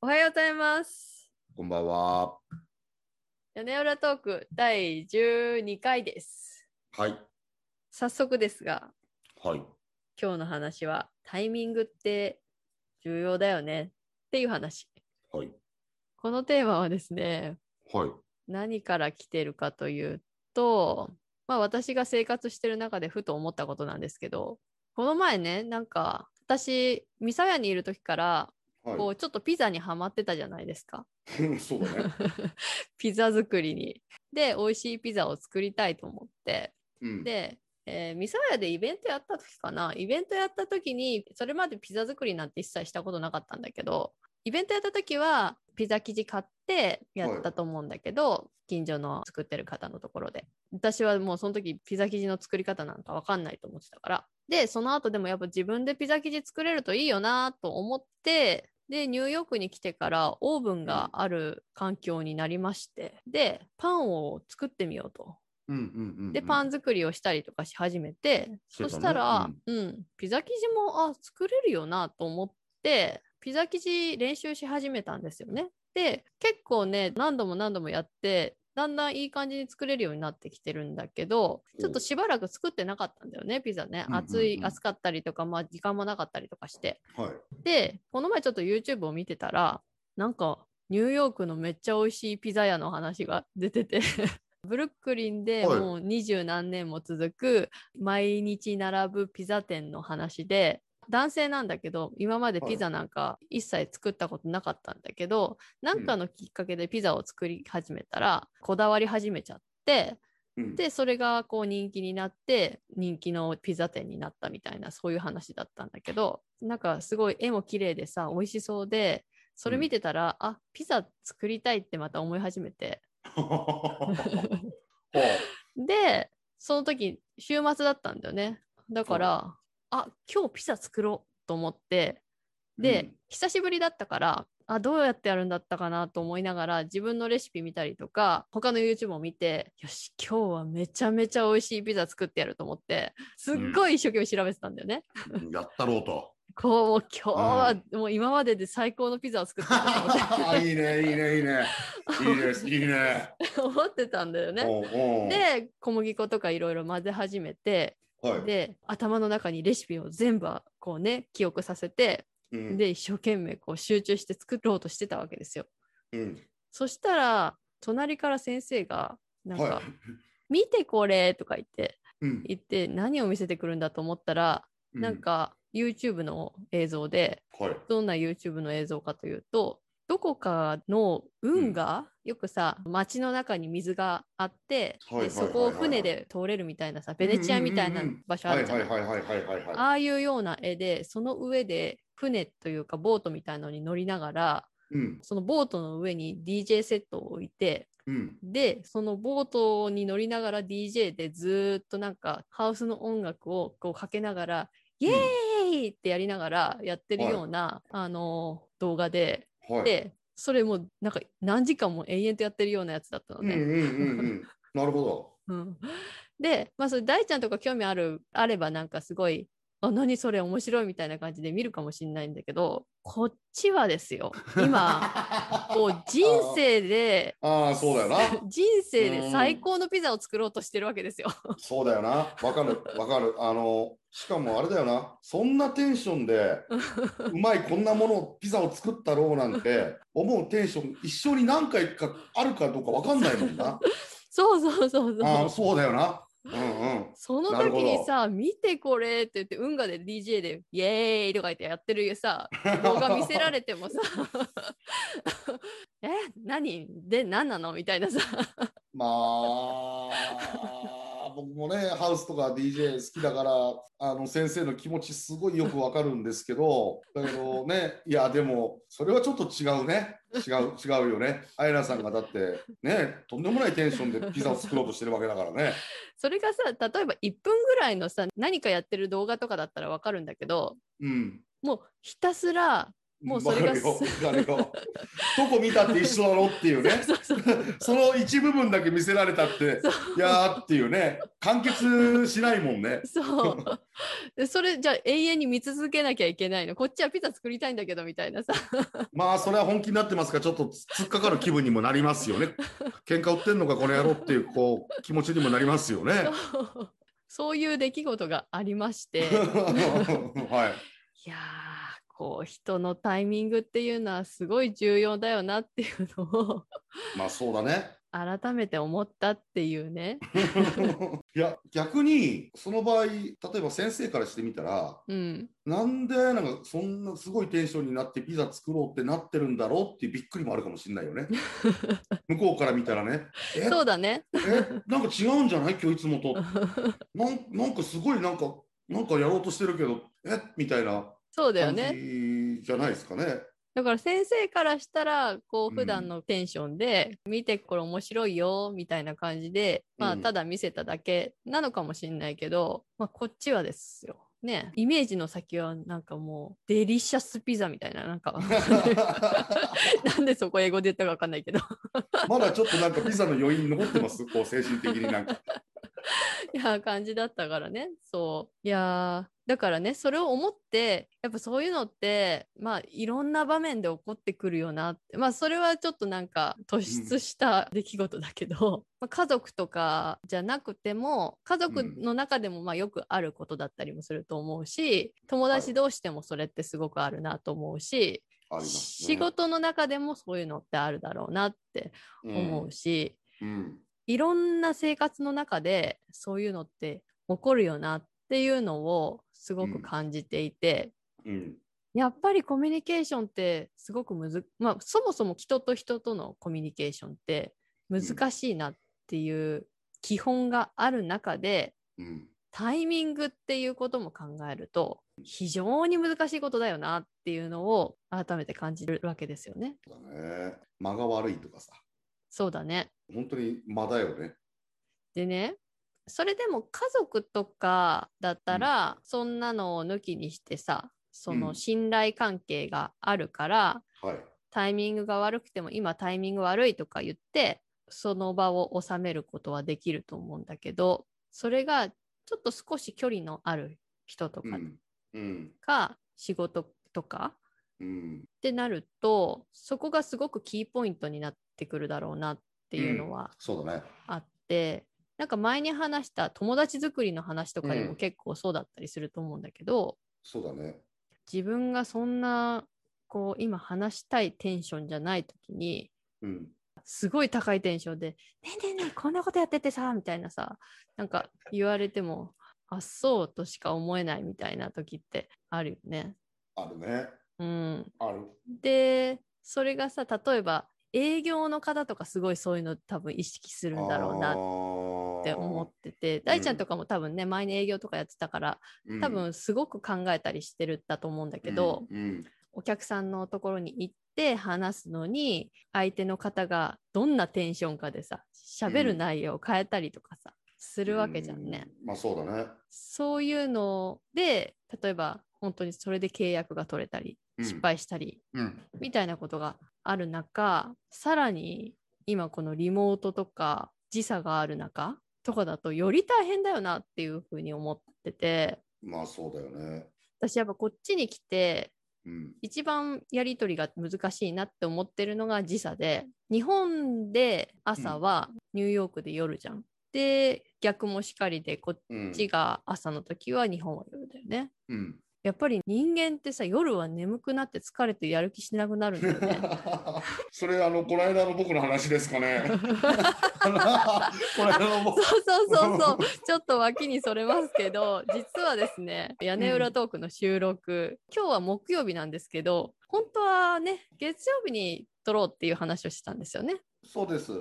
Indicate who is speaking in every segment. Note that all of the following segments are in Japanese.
Speaker 1: おはようございます。
Speaker 2: こんばんは。
Speaker 1: 屋根裏トーク第12回です。
Speaker 2: はい。
Speaker 1: 早速ですが、
Speaker 2: はい。
Speaker 1: 今日の話はタイミングって重要だよねっていう話。
Speaker 2: はい。
Speaker 1: このテーマはですね、
Speaker 2: はい。
Speaker 1: 何から来てるかというと、まあ私が生活してる中でふと思ったことなんですけど、この前ね、なんか私、三沢屋にいる時から、こ
Speaker 2: は
Speaker 1: うちょっとピザにハマってたじゃないですか。
Speaker 2: い。そうだね。
Speaker 1: ピザ作りに。で、美味しいピザを作りたいと思って。
Speaker 2: うん。
Speaker 1: で、えー、ミサヤでイベントやった時かな。イベントやった時に、それまでピザ作りなんて一切したことなかったんだけど、イベントやった時は、ピザ生地買ってやったと思うんだけど、近所の作ってる方のところで。私はもうその時、ピザ生地の作り方なんかわかんないと思ってたから。で、その後でもやっぱ自分でピザ生地作れるといいよなと思って、で、ニューヨークに来てからオーブンがある環境になりまして、で、パンを作ってみようと
Speaker 2: うんうんうん。
Speaker 1: で、パン作りをしたりとかし始めて、そしたら、うん、ピザ生地も、あ、作れるよなと思って、ピザ生地練習し始めたんですよね。で、結構ね、何度も何度もやって、だんだんいい感じに作れるようになってきてるんだけど、ちょっとしばらく作ってなかったんだよね、ピザね。
Speaker 2: うんうんうん
Speaker 1: 暑い、暑かったりとか、まあ時間もなかったりとかして。
Speaker 2: はい。
Speaker 1: で、この前ちょっと YouTube を見てたら、なんか、ニューヨークのめっちゃ美味しいピザ屋の話が出て て、ブルックリンで
Speaker 2: はい
Speaker 1: もう二十何年も続く、毎日並ぶピザ店の話で、男性なんだけど、今までピザなんか一切作ったことなかったんだけど、なんかのきっかけでピザを作り始めたら、こだわり始めちゃって、
Speaker 2: うん、
Speaker 1: で、それがこう人気になって、人気のピザ店になったみたいな、そういう話だったんだけど、なんかすごい絵も綺麗でさ、美味しそうで、それ見てたら、あ、ピザ作りたいってまた思い始めて。で、その時、週末だったんだよね。だから、あ、今日ピザ作ろうと思って、で、久しぶりだったから、あ、どうやってやるんだったかなと思いながら、自分のレシピ見たりとか、他の YouTube を見て、よし、今日はめちゃめちゃ美味しいピザ作ってやると思って、すっごい一生懸命調べてたんだよね。
Speaker 2: うんやったろうと。
Speaker 1: こう、もう今日は、もう今までで最高のピザを作ってやると思って
Speaker 2: いいね、いいね、いいね。いいです、いいね。
Speaker 1: 思ってたんだよ ね。
Speaker 2: おうおう、
Speaker 1: で、小麦粉とかいろいろ混ぜ始めて、
Speaker 2: はい、
Speaker 1: で、頭の中にレシピを全部こうね、記憶させて、
Speaker 2: うん、
Speaker 1: で、一生懸命こう集中して作ろうとしてたわけですよ。
Speaker 2: うん、
Speaker 1: そしたら、隣から先生が、なんか、
Speaker 2: はい。
Speaker 1: 見てこれとか言って、
Speaker 2: うん
Speaker 1: 言って何を見せてくるんだと思ったら、なん、か YouTube の映像で、
Speaker 2: うんはい。
Speaker 1: どんな YouTube の映像かというと、どこかの運河、よくさ、街の中に水があって、
Speaker 2: は
Speaker 1: で
Speaker 2: いはいはい
Speaker 1: そこを船で通れるみたいなさ、ベネチアみたいな場所あ
Speaker 2: はい
Speaker 1: るじゃ
Speaker 2: はい
Speaker 1: ない
Speaker 2: はいはいはいはいはい。
Speaker 1: ああいうような絵で、その上で船というかボートみたいのに乗りながら、
Speaker 2: うん、
Speaker 1: そのボートの上に DJ セットを置いて、
Speaker 2: うん、
Speaker 1: で、そのボートに乗りながら DJ でずーっとなんかハウスの音楽をこうかけながら、イエーイってやりながらやってるような、あのー動画で、
Speaker 2: はい。
Speaker 1: で、それもうなんか何時間も延々とやってるようなやつだったの
Speaker 2: うん、う
Speaker 1: ね。
Speaker 2: ん、うん、うん。なるほ
Speaker 1: う
Speaker 2: ど。
Speaker 1: んで、まあそれ大ちゃんとか興味ある、あればなんかすごい、あ、何それ面白いみたいな感じで見るかもしれないんだけど、こっちはですよ、 今、 もう人生で、
Speaker 2: ああ、そうだよな。
Speaker 1: 人生で最高のピザを作ろうとしてるわけですよ。
Speaker 2: そうだよな。わかる、わかる。あの、しかもあれだよな。そんなテンションで、うまいこんなものを、ピザを作ったろうなんて、思うテンション、一生に何回かあるかどうかわかんないもんな。
Speaker 1: そうそうそうそ
Speaker 2: ああ、
Speaker 1: う。
Speaker 2: そうだよな。うんうん。
Speaker 1: その
Speaker 2: なる
Speaker 1: 時
Speaker 2: ほ
Speaker 1: に
Speaker 2: ど
Speaker 1: さ、見てこれって言って、運河で DJ で、イエーイとか言ってやってる さ、動画見せられてもさ、 え、何で、何なのみたいなさ、
Speaker 2: まあ、僕もね、ハウスとか DJ 好きだから、あの先生の気持ちすごいよくわかるんですけど、だけどね、いや、でも、それはちょっと違うね。違う、違うよね。アイナさんがだって、ね、とんでもないテンションでピザを作ろうとしてるわけだからね。
Speaker 1: それがさ、例えば1分ぐらいのさ、何かやってる動画とかだったらわかるんだけど、
Speaker 2: うん。
Speaker 1: もうひたすら もうそれが
Speaker 2: わかるよわかるよどこ見たって一緒だろっていうね
Speaker 1: そうそうそう
Speaker 2: その一部分だけ見せられたって
Speaker 1: そう
Speaker 2: いやーっていうね完結しないもんね
Speaker 1: そうでそれじゃあ永遠に見続けなきゃいけないのこっちはピザ作りたいんだけどみたいなさ
Speaker 2: まあそれは本気になってますからちょっと突っかかる気分にもなりますよね喧嘩売ってんのかこの野郎っていうこう気持ちにもなりますよね
Speaker 1: そういう出来事がありまして
Speaker 2: はい
Speaker 1: やーこう人のタイミングっていうのはすごい重要だよなっていうのを
Speaker 2: まあそうだね
Speaker 1: 改めて思ったっていうね。
Speaker 2: いや逆にその場合例えば先生からしてみたら
Speaker 1: うん、
Speaker 2: なんでなんかそんなすごいテンションになってピザ作ろうってなってるんだろうっていうびっくりもあるかもしれない よね向こうから見たらねえ
Speaker 1: そうだね。
Speaker 2: えなんか違うんじゃない今日いつ もとなんなんかすごいなんかなんかやろうとしてるけどえみたいな
Speaker 1: そうだよ
Speaker 2: 感
Speaker 1: ね。
Speaker 2: じじゃないですかね
Speaker 1: だから先生からしたらこ
Speaker 2: う
Speaker 1: うん普段のテンションで、見てこれ面白いよみたいな感じで、ま
Speaker 2: う
Speaker 1: あ
Speaker 2: ん
Speaker 1: ただ見せただけなのかもしれないけど、まあこっちはですよ。ね、イメージの先はなんかもうデリシャスピザみたいななん か なんでそこ英語で言ったかわかんないけど
Speaker 2: まだちょっとなんかピザの余韻残ってますこう精神的になんか
Speaker 1: いや感じだったからねそういやーだからねそれを思ってやっぱそういうのってまあいろんな場面で起こってくるよなってまあそれはちょっとなんか突出した出来事だけど、 まあ家族とかじゃなくても家族の中でもまあよくあることだったりもすると思うし友達同士でもそれってすごくあるなと思うし、
Speaker 2: あります、ね、
Speaker 1: 仕事の中でもそういうのってあるだろうなって思うし。
Speaker 2: うん、うん
Speaker 1: いろんな生活の中でそういうのって起こるよなっていうのをすごく感じていて、
Speaker 2: うん
Speaker 1: やっぱりコミュニケーションってすごくむず、まあ、そもそも人と人とのコミュニケーションって難しいなっていう基本がある中で、
Speaker 2: うん
Speaker 1: タイミングっていうことも考えると非常に難しいことだよなっていうのを改めて感じるわけですよね。
Speaker 2: そうだね間が悪いとかさ
Speaker 1: そうだね。
Speaker 2: 本当に間だよね
Speaker 1: でねそれでも家族とかだったら、そんなのを抜きにしてさそ
Speaker 2: うん
Speaker 1: の信頼関係があるから、
Speaker 2: はい
Speaker 1: タイミングが悪くても今タイミング悪いとか言ってその場を収めることはできると思うんだけどそれがちょっと少し距離のある人と
Speaker 2: う
Speaker 1: か
Speaker 2: んうん
Speaker 1: が仕事とか
Speaker 2: うん
Speaker 1: ってなるとそこがすごくキーポイントになってくるだろうなっていうのは
Speaker 2: そうだね
Speaker 1: あってなんか前に話した友達作りの話とかに
Speaker 2: うん
Speaker 1: も結構そうだったりすると思うんだけど、
Speaker 2: そうだね
Speaker 1: 自分がそんなこう今話したいテンションじゃない時に
Speaker 2: うん
Speaker 1: すごい高いテンションで「ねえねえねえこんなことやっててさ」みたいなさなんか言われても「あそう」としか思えないみたいな時ってあるよね。
Speaker 2: あるね
Speaker 1: うん、
Speaker 2: ある
Speaker 1: でそれがさ例えば営業の方とかすごいそういうの多分意識するんだろうなっ
Speaker 2: っ
Speaker 1: って思ってて大ちゃんとかも多分ね、前に営業とかやってたから
Speaker 2: うん
Speaker 1: 多分すごく考えたりしてるんだと思うんだけど、
Speaker 2: うんうん
Speaker 1: お客さんのところに行って話すのに相手の方がどんなテンションかでさ喋る内容を変えたりとかさ、するわけじゃんね。
Speaker 2: う。まあそうだね。
Speaker 1: そういうので例えば本当にそれで契約が取れたり
Speaker 2: うん
Speaker 1: 失敗したり、
Speaker 2: うん。
Speaker 1: みたいなことがある中さらに今このリモートとか時差がある中とかだとより大変だよなっていうふうに思ってて
Speaker 2: まあそうだよね。
Speaker 1: 私やっぱこっちに来て
Speaker 2: うん。
Speaker 1: 一番やり取りが難しいなって思ってるのが時差で日本で朝はニューヨークで夜じゃん。で逆もしかりでこっ
Speaker 2: うん。
Speaker 1: ちが朝の時は日本は夜だよね。
Speaker 2: うん。
Speaker 1: やっぱり人間ってさ夜は眠くなって疲れてやる気しなくなるんだよね。
Speaker 2: それあのこの間の僕の話ですかね。 この間の僕。
Speaker 1: そうそうそうそうちょっと脇にそれますけど実はですね屋根裏トークの収録、今日は木曜日なんですけど本当はね月曜日に撮ろうっていう話をしてたんですよね。
Speaker 2: そうです。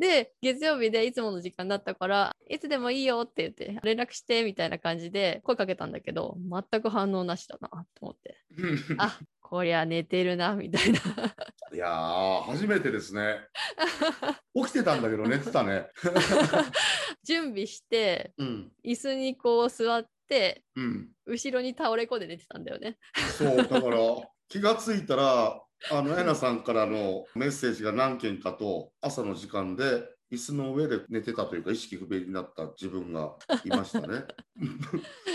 Speaker 1: で月曜日でいつもの時間だったからいつでもいいよって言って連絡してみたいな感じで声かけたんだけど全く反応なしだなと思ってあこりゃ寝てるなみたいな
Speaker 2: いやー初めてですね。起きてたんだけど寝てたね。
Speaker 1: 準備して
Speaker 2: うん。
Speaker 1: 椅子にこう座っって
Speaker 2: うん、
Speaker 1: 後ろに倒れ込んで寝てたんだよね。
Speaker 2: そうだから気がついたらあのえなさんからのメッセージが何件かと朝の時間で椅子の上で寝てたというか意識不明になった自分がいましたね。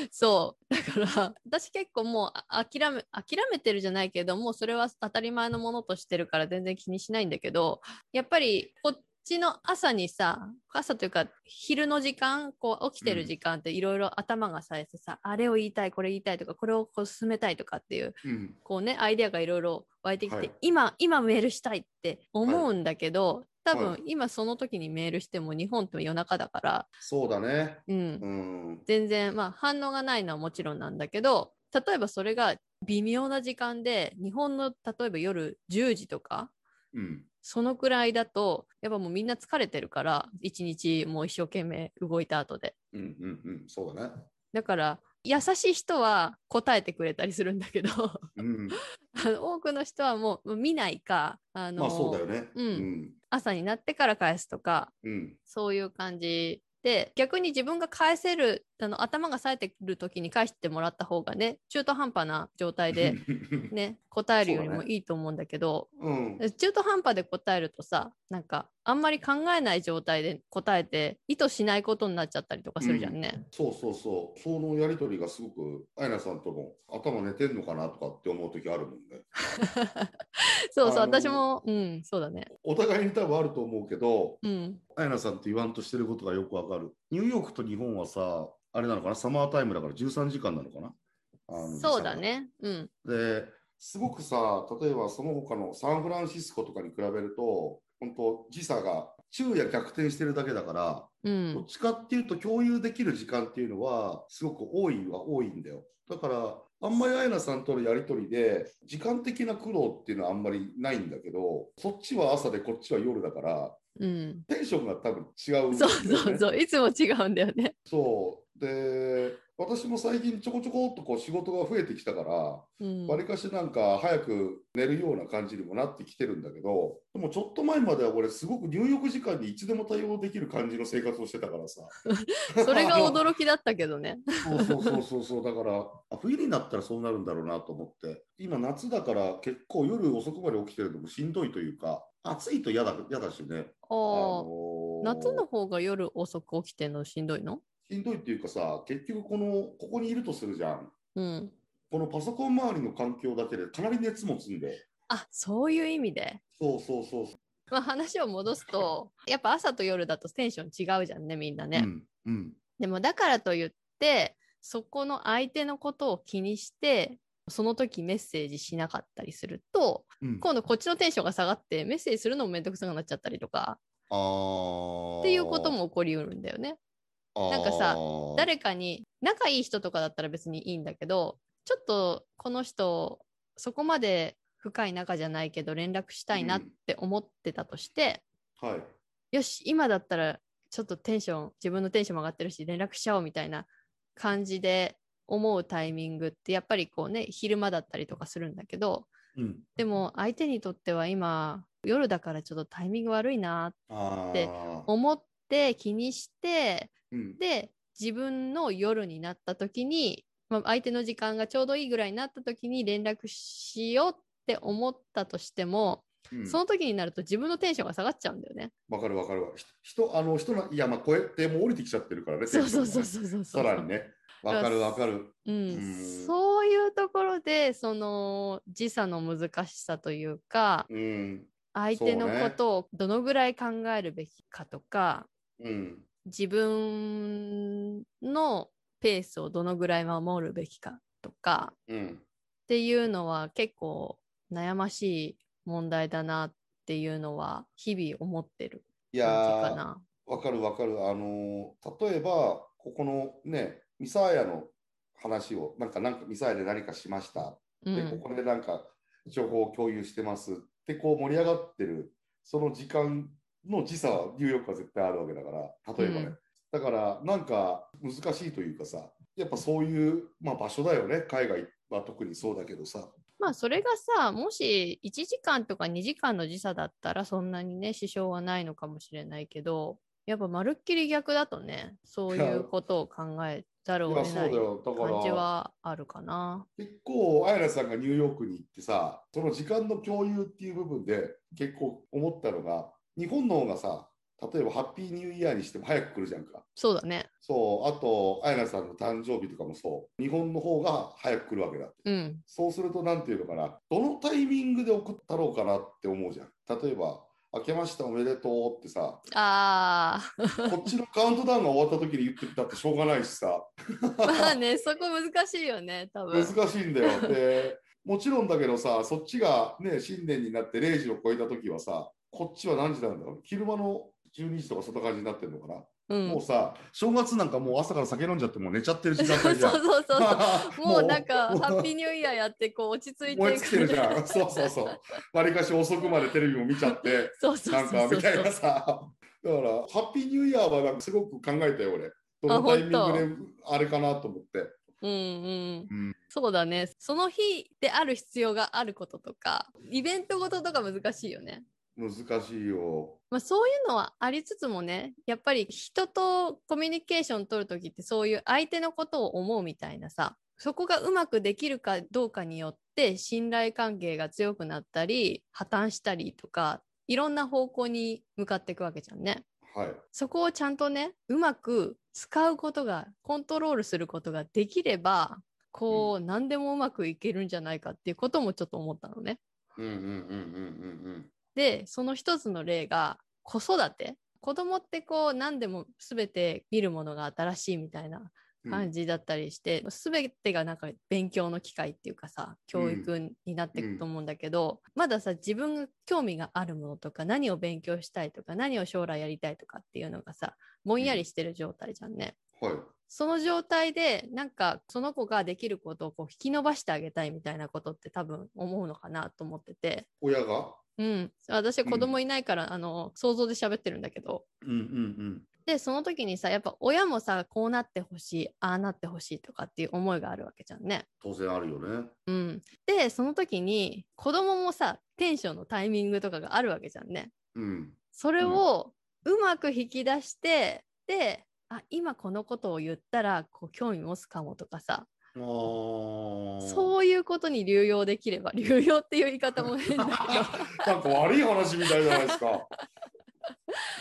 Speaker 1: そうだから私結構もうあ諦め諦めてるじゃないけどもうそれは当たり前のものとしてるから全然気にしないんだけどやっぱりこっちの朝にさ朝というか昼の時間こう起きてる時間っていろいろ頭がさえてさ、あれを言いたいこれ言いたいとかこれをこう進めたいとかっていう
Speaker 2: うん、
Speaker 1: こうねアイデアがいろいろ湧いてきて、
Speaker 2: はい
Speaker 1: 今今メールしたいって思うんだけど、多
Speaker 2: は
Speaker 1: 分
Speaker 2: い
Speaker 1: 今その時にメールしても日本って夜中だから、
Speaker 2: そうだね。
Speaker 1: うん、
Speaker 2: うん、
Speaker 1: 全然まあ反応がないのはもちろんなんだけど例えばそれが微妙な時間で日本の例えば夜10時とか
Speaker 2: うん、
Speaker 1: そのくらいだとやっぱもうみんな疲れてるから一日もう一生懸命動いた後で
Speaker 2: うん、うん、うん、そうだね。
Speaker 1: だから優しい人は答えてくれたりするんだけど
Speaker 2: うん、
Speaker 1: あの多くの人はもう見ないかあの、
Speaker 2: まあそうだよね。
Speaker 1: うん
Speaker 2: うん、
Speaker 1: 朝になってから返すとか
Speaker 2: うん、
Speaker 1: そういう感じで逆に自分が返せるあの頭が冴えてる時に返してもらった方がね中途半端な状態で、ね、答えるより
Speaker 2: そう
Speaker 1: も
Speaker 2: だ
Speaker 1: いいと思うんだけど
Speaker 2: うん、
Speaker 1: 中途半端で答えるとさなんかあんまり考えない状態で答えて意図しないことになっちゃったりとかするじゃんね。
Speaker 2: そうそうそう、そのやりとりがすごく、あやなさんとも頭寝てんのかなとかって思う時あるもんね。
Speaker 1: そうそう
Speaker 2: あのー
Speaker 1: 私もうんそうだね。
Speaker 2: お互いに多分あると思うけど、
Speaker 1: うん
Speaker 2: あやなさんと言わんとしてることがよくわかる。ニューヨークと日本はさ、あれなのかな、サマータイムだから13時間なのかな。あの
Speaker 1: そうだ。ね。うん
Speaker 2: 時差がですごくさ、例えばその他のサンフランシスコとかに比べると、本当時差が昼夜逆転してるだけだから、
Speaker 1: う
Speaker 2: どっ
Speaker 1: ん
Speaker 2: ちかっていうと共有できる時間っていうのはすごく多いは多いんだよ。だからあんまりあやなさんとのやり取りで時間的な苦労っていうのはあんまりないんだけどそっちは朝でこっちは夜だから
Speaker 1: うん。
Speaker 2: テンションが多分違うんだ
Speaker 1: そ
Speaker 2: よ
Speaker 1: うそうそういつも違うんだよね。
Speaker 2: そうで私も最近ちょこちょこっとこう仕事が増えてきたからわ
Speaker 1: うん、
Speaker 2: り、かしなんか早く寝るような感じにもなってきてるんだけどでもちょっと前までは俺すごく入浴時間にいつでも対応できる感じの生活をしてたからさ
Speaker 1: それが
Speaker 2: る
Speaker 1: 驚きだったけどね。
Speaker 2: そうそうそうそうそうだからあ冬になったらそうなるんだろうなと思って今夏だから結構夜遅くまで起きてるのもしんどいというか暑いと嫌だ嫌だしね、
Speaker 1: あー
Speaker 2: あのー
Speaker 1: 夏の方が夜遅く起きてんのしんどいの
Speaker 2: しんどいっていうかさ結局このここにいるとするじゃん
Speaker 1: うん。
Speaker 2: このパソコン周りの環境だけでかなり熱もつんで。
Speaker 1: あそういう意味で。
Speaker 2: そうそうそうそ
Speaker 1: まあ、話を戻すとやっぱ朝と夜だとテンション違うじゃんねみんな
Speaker 2: う
Speaker 1: ね。
Speaker 2: うん。うん。
Speaker 1: でもだからといってそこの相手のことを気にしてその時メッセージしなかったりすると
Speaker 2: うん、あ
Speaker 1: 今度こっちのテンションが下がってメッセージするのもめんどくさくなっちゃったりとか
Speaker 2: あ。
Speaker 1: っていうことも起こりうるんだよね。なんかさ
Speaker 2: あー、
Speaker 1: 誰かに仲いい人とかだったら別にいいんだけどちょっとこの人そこまで深い仲じゃないけど連絡したいなって思ってたとして、
Speaker 2: はい。
Speaker 1: よし今だったらちょっとテンション自分のテンションも上がってるし連絡しちゃおうみたいな感じで思うタイミングってやっぱりこうね昼間だったりとかするんだけど
Speaker 2: うん。
Speaker 1: でも相手にとっては今夜だからちょっとタイミング悪いな
Speaker 2: あ
Speaker 1: で
Speaker 2: あ。
Speaker 1: 思って気にして
Speaker 2: うん。
Speaker 1: で自分の夜になった時に、まあ、相手の時間がちょうどいいぐらいになった時に連絡しようって思ったとしても、
Speaker 2: うん
Speaker 1: その時になると自分のテンションが下がっちゃうんだよ ね。
Speaker 2: わかるわかるわ。ひ人、あの人の、いや、まあ、こうやってもう降りてきちゃってるからね。
Speaker 1: そうそうそう
Speaker 2: テンシ
Speaker 1: そうそう
Speaker 2: ョンがねさらにね。わかるわかる。
Speaker 1: うん
Speaker 2: うん
Speaker 1: そういうところでその時差の難しさというか
Speaker 2: うん。
Speaker 1: 相手の
Speaker 2: そうね
Speaker 1: ことをどのぐらい考えるべきかとか、
Speaker 2: うん。
Speaker 1: 自分のペースをどのぐらい守るべきかとか
Speaker 2: う
Speaker 1: っ
Speaker 2: ん。
Speaker 1: ていうのは結構悩ましい問題だなっていうのは日々思ってる
Speaker 2: いや
Speaker 1: 感じか
Speaker 2: ー、
Speaker 1: な。
Speaker 2: わかるわかる。あのー例えば、ここのね、ミサーヤの話を、なんか、なんかミサーヤで何かしました。
Speaker 1: う
Speaker 2: で、
Speaker 1: ん
Speaker 2: ここでなんか、情報を共有してます。で、こう盛り上がってる、その時間の時差は、ニューヨークは絶対あるわけだから、例えばね。
Speaker 1: うん
Speaker 2: だから、なんか、難しいというかさ、やっぱそういう、まあ、場所だよね。海外は特にそうだけどさ。
Speaker 1: まあそれがさもし1時間とか2時間の時差だったらそんなにね支障はないのかもしれないけどやっぱまるっきり逆だとねそういうことを考えざるを
Speaker 2: いや
Speaker 1: 得
Speaker 2: そうだ
Speaker 1: ない
Speaker 2: よだ
Speaker 1: 感じ
Speaker 2: から
Speaker 1: はあるかな。
Speaker 2: 結構アイラさんがニューヨークに行ってさその時間の共有っていう部分で結構思ったのが日本の方がさ例えばハッピーニューイヤーにしても早く来るじゃんか
Speaker 1: そうだね。
Speaker 2: そうあとアイラさんの誕生日とかもそう日本の方が早く来るわけだ
Speaker 1: うん。
Speaker 2: そうすると何ていうのかなどのタイミングで送ったろうかなって思うじゃん例えば「明けましておめでとう」って さ
Speaker 1: あ
Speaker 2: こっちのカウントダウンが終わった時に言ってきたってしょうがないしさ
Speaker 1: あまあねそこ難しいよね多分。
Speaker 2: 難しいんだよ。でもちろんだけどさそっちがね新年になって0時を超えた時はさこっちは何時なんだろう昼間の12時とかそんな感じになってるのかな、
Speaker 1: う
Speaker 2: も
Speaker 1: ん
Speaker 2: う。さ正月なんかもう朝から酒飲んじゃってもう寝ちゃってる時間
Speaker 1: そう
Speaker 2: 帯じ
Speaker 1: そ
Speaker 2: ゃ。
Speaker 1: うんそうそう。もうなんか
Speaker 2: もう
Speaker 1: ハッピーニューイヤーやってこう落ち着いて
Speaker 2: 燃え尽きてる じゃん。そうそう
Speaker 1: う。
Speaker 2: そう。わりかし遅くまでテレビも見ちゃって、
Speaker 1: そうそう
Speaker 2: なん
Speaker 1: そ
Speaker 2: か
Speaker 1: うそう
Speaker 2: みたいなさ。だから、ハッピーニューイヤーはなんかすごく考えたよ、俺。どのタイミングであれかなと思って。
Speaker 1: うんうん、
Speaker 2: うん
Speaker 1: そうだねその日である必要があることとかイベントごととか難しいよね、
Speaker 2: 難しいよ。
Speaker 1: まあ、そういうのはありつつもねやっぱり人とコミュニケーション取る時ってそういう相手のことを思うみたいなさそこがうまくできるかどうかによって信頼関係が強くなったり破綻したりとかいろんな方向に向かっていくわけじゃんね。
Speaker 2: はい。
Speaker 1: そこをちゃんとねうまく使うことがコントロールすることができればこう、何でもうまくいけるんじゃないかっていうこともちょっと思ったのね。
Speaker 2: うんうんうんうんうんうん。
Speaker 1: でその一つの例が子育て子供ってこう何でも全て見るものが新しいみたいな
Speaker 2: うん
Speaker 1: 感じだったりして、全てがなんか勉強の機会っていうかさ教育になっていくと思うんだけど、まださ自分が興味があるものとか何を勉強したいとか何を将来やりたいとかっていうのがさぼんやりしてる状態じゃんね。
Speaker 2: はい。
Speaker 1: その状態でなんかその子ができることをこう引き伸ばしてあげたいみたいなことって多分思うのかなと思ってて
Speaker 2: 親が
Speaker 1: うん、私
Speaker 2: ん
Speaker 1: 子供いないから、あの想像で喋ってるんだけど
Speaker 2: うんうん
Speaker 1: でその時にさやっぱ親もさこうなってほしいああなってほしいとかっていう思いがあるわけじゃんね。
Speaker 2: 当然あるよね。
Speaker 1: うん、でその時に子供もさテンションのタイミングとかがあるわけじゃんね。
Speaker 2: うん。
Speaker 1: それをうまく引き出して、であ今このことを言ったらこう興味持つかもとかさ
Speaker 2: ああ。
Speaker 1: そういうことに流用できれば 流用っていう言い方も変だけ ど。
Speaker 2: なんか悪い話みたいじゃないで すか。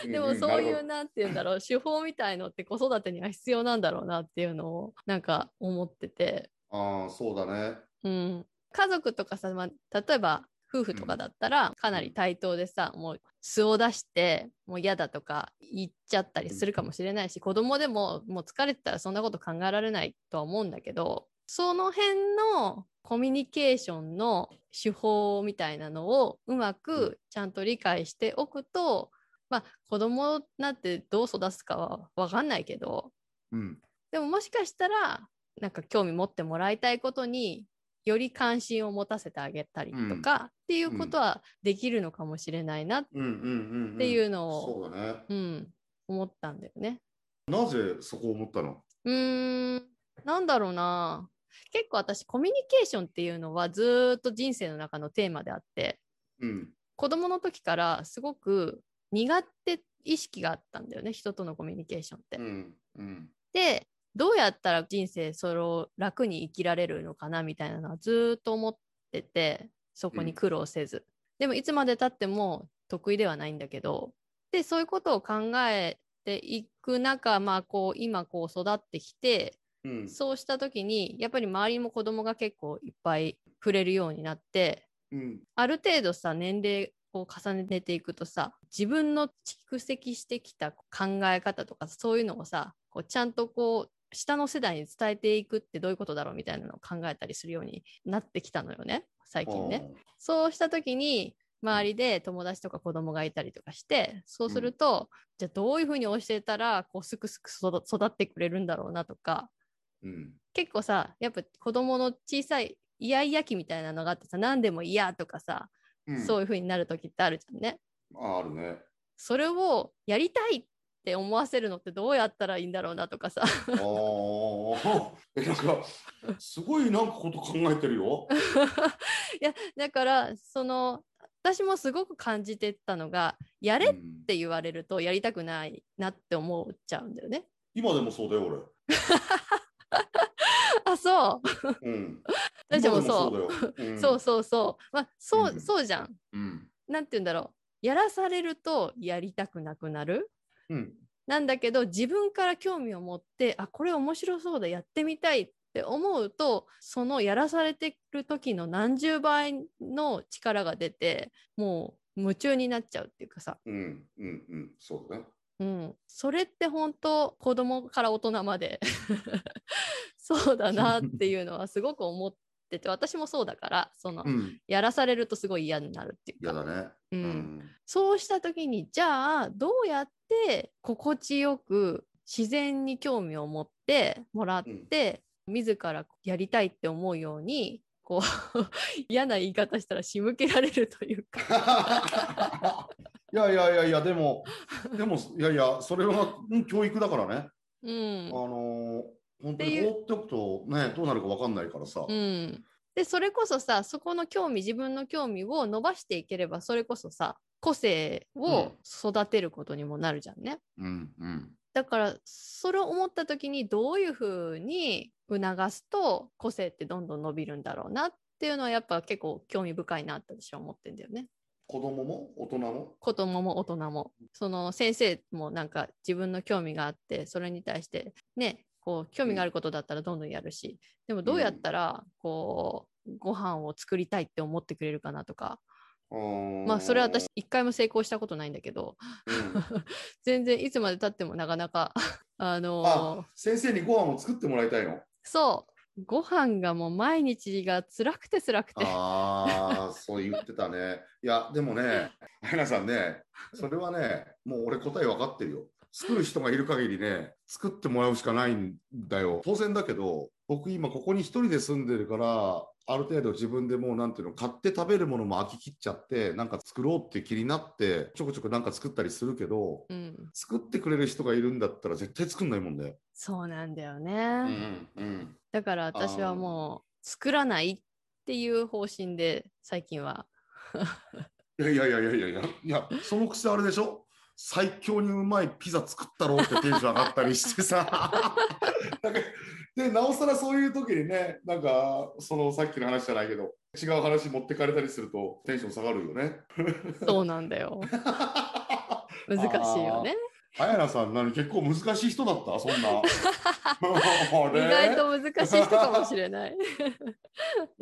Speaker 1: でもそうい
Speaker 2: ん
Speaker 1: うなんて言うんだろう手法みたいのって子育てには必要なんだろうなっていうのをなんか思ってて、
Speaker 2: ああー、そうだね。
Speaker 1: うん、家族とかさ、まあ、例えば夫婦とかだったらかなり対等でさ、もう素を出してもう嫌だとか言っちゃったりするかもしれないし、子供でももう疲れてたらそんなこと考えられないとは思うんだけどその辺のコミュニケーションの手法みたいなのをうまくちゃんと理解しておくと、まあ子供なんてどう育つかは分かんないけど
Speaker 2: うん。
Speaker 1: でももしかしたらなんか興味持ってもらいたいことにより関心を持たせてあげたりとか、っていうことはできるのかもしれないな、
Speaker 2: うんうんうん、うん。
Speaker 1: っていうのを
Speaker 2: そうだね。
Speaker 1: うん思ったんだよね。
Speaker 2: なぜそこを思ったの
Speaker 1: うーんなんだろうな結構私コミュニケーションっていうのはずーっと人生の中のテーマであって
Speaker 2: うん。
Speaker 1: 子供の時からすごく苦手意識があったんだよね人とのコミュニケーションって
Speaker 2: う。ん。うん。
Speaker 1: でどうやったら人生それを楽に生きられるのかなみたいなのはずーっと思っててそこに苦労せず、でもいつまでたっても得意ではないんだけどでそういうことを考えていく中、まあ、こう今こう育ってきて
Speaker 2: うん。
Speaker 1: そうした時にやっぱり周りも子供が結構いっぱい触れるようになって
Speaker 2: うん。
Speaker 1: ある程度さ年齢を重ねていくとさ自分の蓄積してきた考え方とかそういうのをさこうちゃんとこう下の世代に伝えていくってどういうことだろうみたいなのを考えたりするようになってきたのよね最近ね。そうした時に周りで友達とか子供がいたりとかしてそうすると、じゃあどういうふうに教えたらこうすくすく育育ってくれるんだろうなとか
Speaker 2: うん。
Speaker 1: 結構さやっぱ子供の小さいイヤイヤ期みたいなのがあってさ何でも嫌とかさ、
Speaker 2: うん。
Speaker 1: そう
Speaker 2: う
Speaker 1: いう風になる時ってあるじゃんね。
Speaker 2: ん。ああるね。
Speaker 1: それをやりたいって思わせるのってどうやったらいいんだろうなとかさ
Speaker 2: ああ。 え、なんか、すごいなんかこと考えてるよ。
Speaker 1: いやだからその私もすごく感じてたのがやれっ
Speaker 2: うん
Speaker 1: て言われるとやりたくないなって思っちゃうんだよね。
Speaker 2: 今でもそうだよ
Speaker 1: あそう
Speaker 2: 俺。うん。
Speaker 1: 私も
Speaker 2: 今
Speaker 1: そう
Speaker 2: でもそうだよ。ん
Speaker 1: そうそうそうまあそう、
Speaker 2: うん
Speaker 1: そうじゃん。
Speaker 2: うん。
Speaker 1: なんて言うんだろうやらされるとやりたくなくなる
Speaker 2: うん。
Speaker 1: なんだけど自分から興味を持ってあこれ面白そうだやってみたいって思うとそのやらされてる時の何十倍の力が出てもう夢中になっちゃうっていうかさ、
Speaker 2: うん。うん。うん。そうだね。
Speaker 1: うん、それって本当子供から大人まで そうだなっていうのはすごく思ってて私もそうだからその、
Speaker 2: うん。
Speaker 1: やらされるとすごい嫌になるっていうか
Speaker 2: 嫌だね。
Speaker 1: う、。
Speaker 2: うん
Speaker 1: そうした時にじゃあどうやって心地よく自然に興味を持ってもらって、自らやりたいって思うようにこう 嫌な言い方したら仕向けられるというか
Speaker 2: いやいやいやいや、でも、でも、いやいや、それはうん教育だからね。
Speaker 1: う
Speaker 2: あ
Speaker 1: ん、
Speaker 2: のー本当
Speaker 1: って
Speaker 2: に
Speaker 1: いう
Speaker 2: 放っておくとね、どうなるかわかんないからさ。
Speaker 1: うん、でそれこそさそこの興味自分の興味を伸ばしていければそれこそさ個性を育てることにもなるじゃんね。
Speaker 2: うん。うん。
Speaker 1: だからそれを思った時にどういうふうに促すと個性ってどんどん伸びるんだろうなっていうのはやっぱ結構興味深いなって私は思ってんだよね。
Speaker 2: 子供も大人も。
Speaker 1: 子供も大人もその先生もなんか自分の興味があってそれに対してねこう興味があることだったらどんどんやるしでもどうやったらこうご飯を作りたいって思ってくれるかなとかま
Speaker 2: ま
Speaker 1: あそれは私一回も成功したことないんだけど全然いつまでたってもなかなか あのー
Speaker 2: あ先生にご飯を作ってもらいたいの。
Speaker 1: そう。ご飯がもう毎日が辛くて辛くて。
Speaker 2: ああ、そう言ってたね。いや、でもね、あやなさんね、それはね、もう俺答え分かってるよ。作る人がいる限りね、作ってもらうしかないんだよ。当然だけど、僕今ここに一人で住んでるから、ある程度自分でもうなんていうの、買って食べるものも飽ききっちゃって、なんか作ろうって気になって、ちょこちょこなんか作ったりするけど、
Speaker 1: うん。
Speaker 2: 作ってくれる人がいるんだったら絶対作んないもんだよ。
Speaker 1: そうなんだよね。
Speaker 2: うんうん。
Speaker 1: だから私はもう作らないっていう方針で最近は。
Speaker 2: いやいやいやいやいやいや、いやそのくせあれでしょ最強にうまいピザ作ったろうってテンション上がったりしてさ。なんかで、なおさらそういう時にね、なんか、そのさっきの話じゃないけど、違う話持ってかれたりするとテンション下がるよね。
Speaker 1: そうなんだよ。難しいよね。
Speaker 2: あやなさん、何結構難しい人だったそん な。あ
Speaker 1: 意
Speaker 2: れ
Speaker 1: 外と難しい人かもしれ ない。
Speaker 2: いや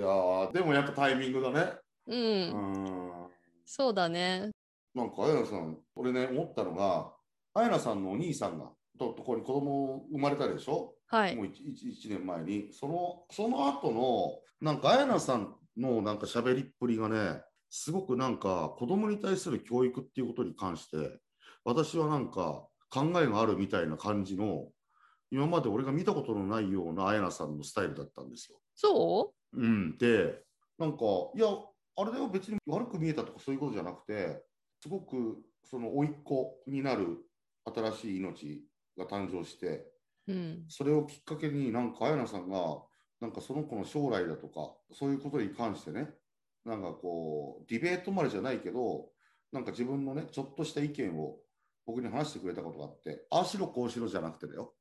Speaker 2: ーでもやっぱタイミングだね。
Speaker 1: う。
Speaker 2: うんん。
Speaker 1: そうだね。
Speaker 2: なんか、あやなさん、俺ね、思ったのが、あやなさんのお兄さんが、と、とこに子供生まれたでしょ
Speaker 1: はい
Speaker 2: も。う 1, 年前に、その、その後の、なんか、綾菜さんのなんか喋りっぷりがね、すごくなんか、子供に対する教育っていうことに関して、私はなんか、考えがあるみたいな感じの、今まで俺が見たことのないような綾菜さんのスタイルだったんですよ。
Speaker 1: そ
Speaker 2: うん、で、なんか、いや、あれだよ、別に悪く見えたとかそういうことじゃなくて、すごく、その、甥っ子になる新しい命が誕生して、
Speaker 1: ううん。
Speaker 2: それをきっかけになんか綾菜さんがなんかその子の将来だとかそういうことに関してねなんかこうディベートまでじゃないけどなんか自分のねちょっとした意見を僕に話してくれたことがあってああしろこうしろじゃなくてだよ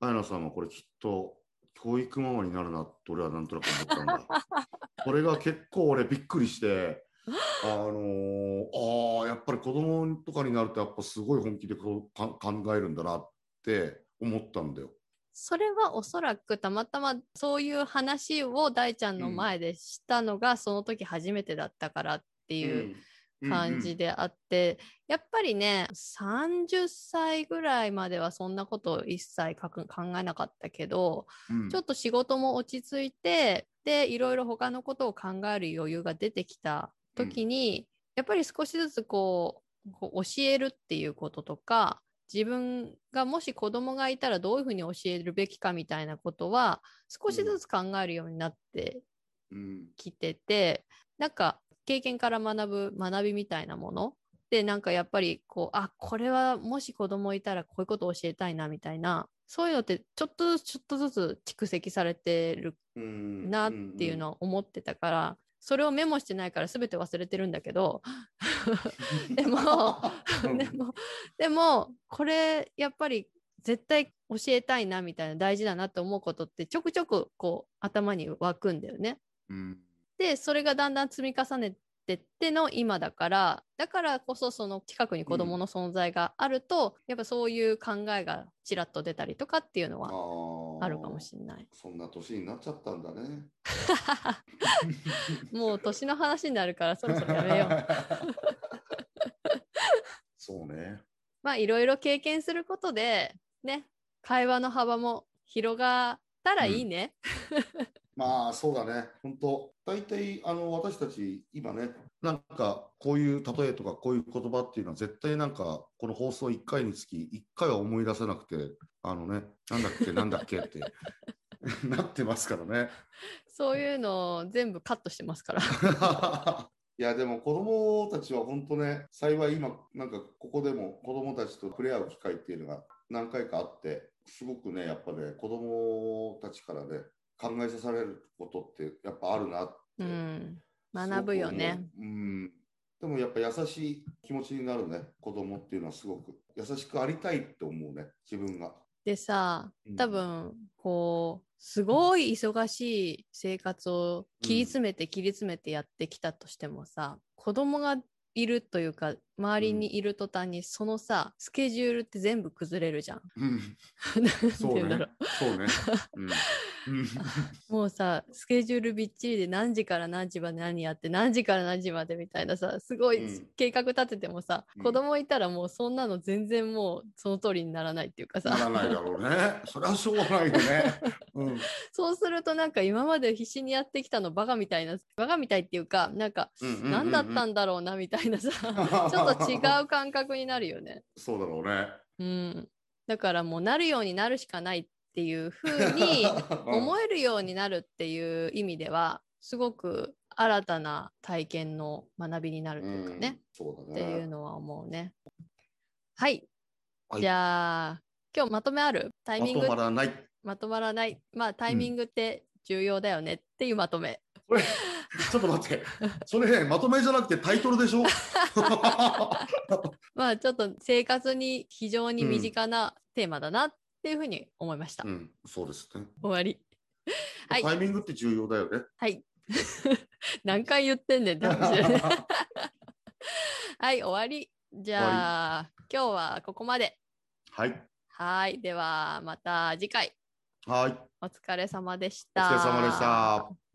Speaker 2: 綾菜さんはこれきっと教育ママになるなって俺はなんとなく思ったんだこれが結構俺びっくりしてあのーあーやっぱり子供とかになるとやっぱすごい本気でこうか考えるんだなって思ったんだよ。
Speaker 1: それはおそらくたまたまそういう話を大ちゃんの前でしたのがその時初めてだったからっていう。感じ
Speaker 2: で。
Speaker 1: であって、やっぱりね30歳ぐらいまではそんなことを一切かく考えなかったけど、
Speaker 2: うん
Speaker 1: ちょっと仕事も落ち着いてでいろいろ他のことを考える余裕が出てきた時に、やっぱり少しずつこうこう教えるっていうこととか自分がもし子供がいたらどういうふうに教えるべきかみたいなことは少しずつ考えるようになって
Speaker 2: うん
Speaker 1: きててなんか経験から学ぶ学びみたいなものでなんかやっぱりこうあこれはもし子供いたらこういうことを教えたいなみたいなそういうのってちょっとずつちょっとずつ蓄積されてるなっていうのは思ってたから、それをメモしてないから全て忘れてるんだけど でも
Speaker 2: う ん
Speaker 1: でもでもこれやっぱり絶対教えたいなみたいな大事だなと思うことってちょくちょくこう頭に湧くんだよね。
Speaker 2: うん
Speaker 1: でそれがだんだん積み重ねてっての今だからだからこそその近くに子どもの存在があると、やっぱそういう考えがちらっと出たりとかっていうのは
Speaker 2: あ
Speaker 1: あるかも
Speaker 2: れ
Speaker 1: しれない。
Speaker 2: そんな年になっちゃったんだね。
Speaker 1: もう年の話になるからそろそろやめよ う。
Speaker 2: そうね。
Speaker 1: まあいろいろ経験することでね会話の幅も広がったらいいね。
Speaker 2: まあそうだね。本当大体あの私たち今ね、なんかこういう例えとかこういう言葉っていうのは絶対なんかこの放送1回につき1回は思い出せなくて、あのね、なんだっけなんだっ けってなってますからね。
Speaker 1: そういうのを全部カットしてます から。
Speaker 2: いやでも子供たちは本当ね幸い今なんかここでも子供たちと触れ合う機会っていうのが何回かあってすごくねやっぱね子供たちからね考えさせられることってやっぱあるなって、
Speaker 1: うん、学ぶよね。
Speaker 2: すごく思う。うんでもやっぱ優しい気持ちになるね子供っていうのはすごく優しくありたいって思うね自分が。
Speaker 1: でさ
Speaker 2: うん
Speaker 1: 多分こうすごい忙しい生活を切り詰めて切り詰めてやってきたとしてもさ、子供がいるというか周りにいる途端にそのさスケジュールって全部崩れるじゃん。
Speaker 2: うん
Speaker 1: なんて
Speaker 2: そう
Speaker 1: 言うんだろ
Speaker 2: ね
Speaker 1: う。
Speaker 2: そうね。 うんうん
Speaker 1: もうさスケジュールびっちりで何時から何時まで何やって何時から何時までみたいなさすごい
Speaker 2: うん
Speaker 1: 計画立ててもさ、
Speaker 2: うん
Speaker 1: 子供いたらもうそんなの全然もうその通りにならないっていうかさ。
Speaker 2: ならないだろうね。それはしょうがないよね。うん。
Speaker 1: そうするとなんか今まで必死にやってきたのバカみたいなバカみたいっていうかなんか何だった
Speaker 2: ん
Speaker 1: んだろうなみたい なさちょっと違う感覚になるよね。
Speaker 2: そうだろうね。
Speaker 1: うん、だからもうなるようになるしかないっていうふう に思えるようになるっていう意味ではすごく新たな体験の学びになるというかね、
Speaker 2: うん。そうだ
Speaker 1: って
Speaker 2: ね。
Speaker 1: いうのは思うね。はい、
Speaker 2: はい
Speaker 1: じゃあ今日まとめあるタイミング
Speaker 2: まとまらない。
Speaker 1: まとまらないまあタイミングって重要だよねっていうまとめ、
Speaker 2: これ ちょっと待って。それねまとめじゃなくてタイトル でしょ。
Speaker 1: まあちょっと生活に非常に身近なテーマだなっていうふうに思いました、
Speaker 2: うん。そうですね。
Speaker 1: 終わ りはい
Speaker 2: タイミングって重要だよね。
Speaker 1: はい 何回言ってんねんって 話だよねはい終わりじゃあ今日はここまで
Speaker 2: はい。
Speaker 1: はいではまた次回
Speaker 2: はい。
Speaker 1: お疲れ様でし
Speaker 2: お
Speaker 1: た
Speaker 2: 疲れ様でした。